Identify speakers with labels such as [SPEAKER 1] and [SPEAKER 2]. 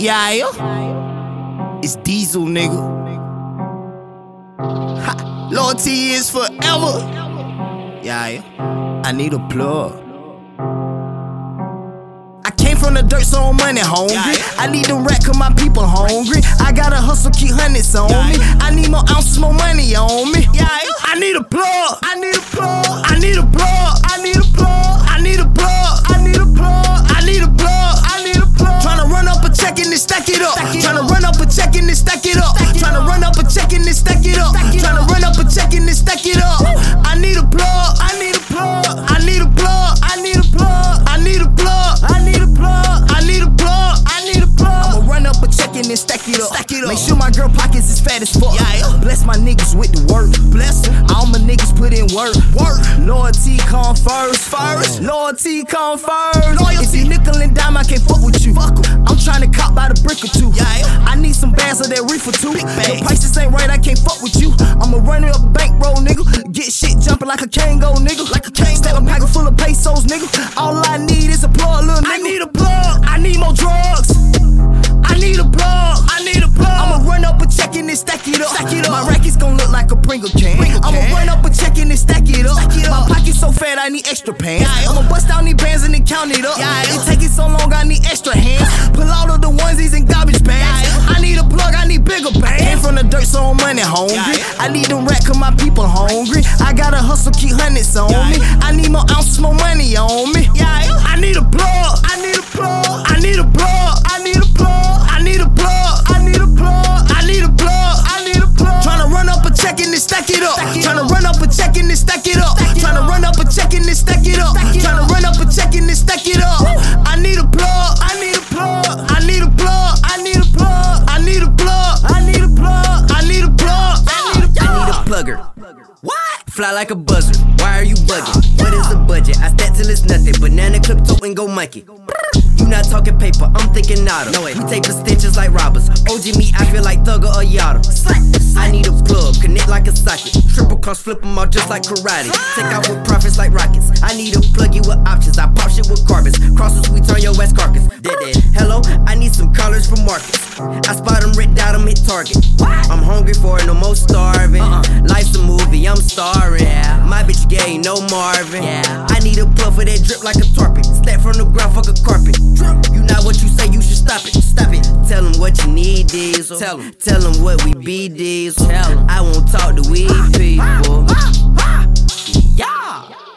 [SPEAKER 1] Yeah, it's Diesel, nigga. Ha, loyalty is forever. Yeah, I need a plug. I came from the dirt, so I'm money hungry. I need them rack, cause my people hungry. I gotta hustle, keep hundreds on me. I need more ounces, more money on me. I need a plug. I need a plug. I need a plug. I need a plug. I need a plug. I need a plug. I need a plug. I need a plug. Tryna run up a check and then stack it up. Tryna run up a check and then stack it up. Tryna run up a check and then stack it up. Tryna run up a check and then stack it up. I need a plug. I need a plug. I need a plug. I need a plug. I need a plug. I need a plug. I need a plug. I need a plug. I'ma run up a check and then stack it up. Stack it up. Make sure my girl pockets is fat as fuck. Bless my niggas with the work. Bless 'em. all my niggas put in work. Work. Loyalty come first. First. Loyalty come first. Loyalty. If you nickel and dime, I can't fuck with you. Fuck I'm trying to cop by the brick or two. I need some bags of that reefer too. The prices ain't right, I can't fuck with you. I'ma run it up a bankroll, nigga. Get shit jumping like a Kango, nigga. Like a Kango. Stack a packet full of pesos, nigga. All I need is a plug, little nigga. I need a plug. I need more drugs. I need a plug. I need a plug. I'ma run up a check and then stack it up. Stack it up. My racket's gon' look like a Pringle can. I'ma run up a check and then stack it up. Stack it up. My pocket's so fat I need extra pants. I'ma bust down these bands and then count it up. It taking so long I need extra hands. Pull out of the onesies and garbage bags. I need a plug. I need bigger bands. Came from the dirt so I'm money hungry. I need them rack 'cause my people hungry. I gotta hustle keep hundreds on me. I need more ounces more money on me. I need a plug. I need a plug. I need a plug. I need a plug. I need a plug. I need a plug. I need a plug. I need a plug. Tryna run up a check and then stack it up. Tryna run up a check and then stack it up. Tryna run up a check and then stack it up. Tryna run up a check and then stack it up. I need a plug. I need a plug. I need a plug. I need a plug. I need a plug. I need a plug. I need a plug. I need a plug.
[SPEAKER 2] I need a plugger. What? Fly like a buzzard. Why are you bugging? What is the budget? I stack till it's nothing. Banana clip toe and go monkey. You not talking paper, I'm thinking nada. No, we take extensions like robbers. OG me, I feel like Thugger or Yada. I need a plug, connect like a socket. Triple cross, flip 'em out just like karate. Take out with profits like rockets. I need a plug you with options. I pop shit with carbons. Crosses, we turn your ass carcass. Dead, dead. Hello, I need some colors from markets. I spot 'em, ripped out 'em, hit target. I'm hungry for it, no more starving. Life's a movie, I'm starring. My bitch gay, no Marvin. I need a plug for that drip like a tarpon. Step from the ground, fuck a carpet. You not what you say, you should stop it. Stop it. Tell 'em what you need, Diesel. Tell 'em what we be,
[SPEAKER 1] Ah.
[SPEAKER 2] Diesel. I won't talk to weed people. Yeah.